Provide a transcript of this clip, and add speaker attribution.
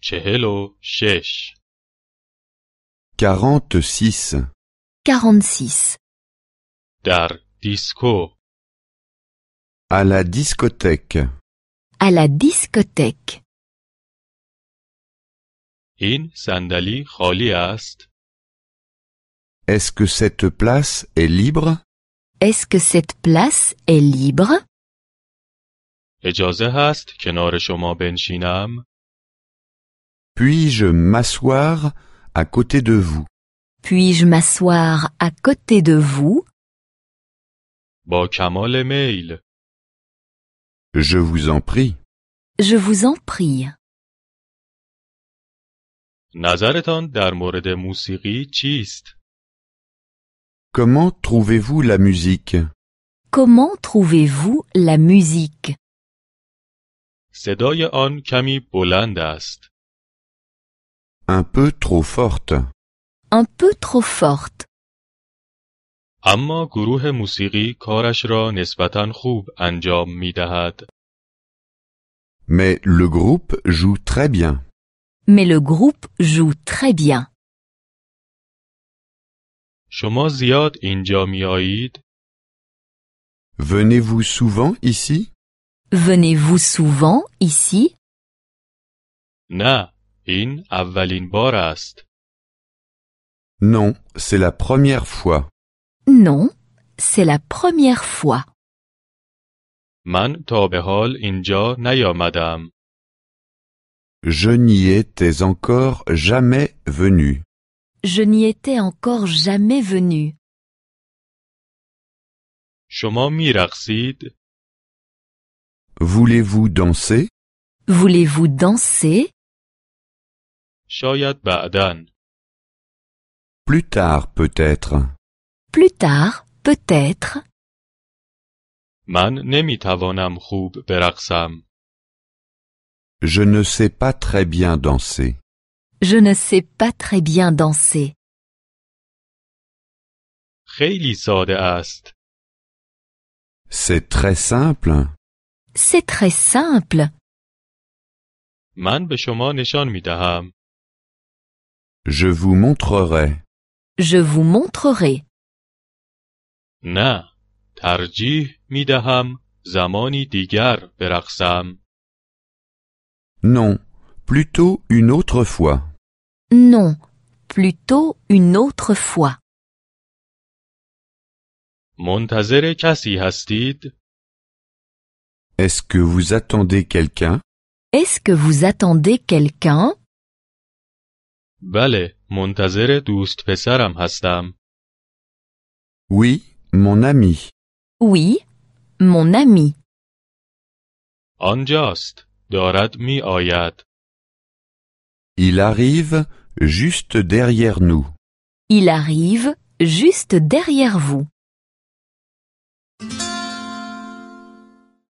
Speaker 1: چهل و شش
Speaker 2: 46.
Speaker 3: 46.
Speaker 1: در دیسکو
Speaker 2: À la discothèque.
Speaker 3: À la discothèque.
Speaker 1: این صندلی خالی است
Speaker 2: Est-ce que cette place est libre
Speaker 3: Est-ce que cette place est libre
Speaker 1: اجازه هست کنار شما بنشینم
Speaker 2: Puis-je m'asseoir à côté de vous
Speaker 3: Puis-je m'asseoir à côté de vous
Speaker 1: با کمال میل
Speaker 2: Je vous en prie.
Speaker 3: Je vous en prie.
Speaker 1: نظرتان در مورد موسیقی چیست
Speaker 2: Comment trouvez-vous la musique
Speaker 3: Comment trouvez-vous la musique
Speaker 1: صدای آن کمی بلند است
Speaker 2: Un peu trop forte.
Speaker 3: Un peu trop forte.
Speaker 1: اما گروه موسیقی کارش را نسبتا خوب انجام می دهد.
Speaker 2: Mais le groupe joue très bien.
Speaker 3: Mais le groupe joue très bien.
Speaker 1: شما زیاد اینجا می آیید؟
Speaker 2: Venez-vous souvent ici
Speaker 3: Venez-vous souvent ici
Speaker 1: نه، این اولین بار است.
Speaker 2: Non, c'est la première fois.
Speaker 3: Non, c'est la première fois.
Speaker 1: من تا به حال اینجا نیامدم.
Speaker 2: Je n'y étais encore jamais venu.
Speaker 3: Je n'y étais encore jamais venu.
Speaker 1: شما می رقصید؟
Speaker 2: Voulez-vous danser
Speaker 3: Voulez-vous danser
Speaker 1: شاید بعداً.
Speaker 2: Plus tard peut-être.
Speaker 3: Plus tard, peut-être.
Speaker 1: من نمی توانم خوب برقصم.
Speaker 2: Je ne sais pas très bien danser.
Speaker 3: Je ne sais pas très bien danser.
Speaker 1: خیلی ساده است.
Speaker 2: C'est très simple.
Speaker 3: C'est très simple.
Speaker 1: من به شما نشان می دهم.
Speaker 2: Je vous montrerai.
Speaker 3: Je vous montrerai.
Speaker 1: نه، ترجیح می دهم زمانی دیگر برقصم.
Speaker 2: Non, plutôt une autre fois.
Speaker 3: Non, plutôt une autre fois.
Speaker 1: منتظر کسی هستید؟
Speaker 2: Est-ce que vous attendez quelqu'un
Speaker 3: Est-ce que vous attendez quelqu'un
Speaker 1: بله، منتظر دوست پسرم هستم.
Speaker 2: Oui, mon ami.
Speaker 3: Oui, mon ami.
Speaker 1: آنجاست. دارد می آید.
Speaker 2: Il arrive juste derrière nous.
Speaker 3: Il arrive juste derrière vous.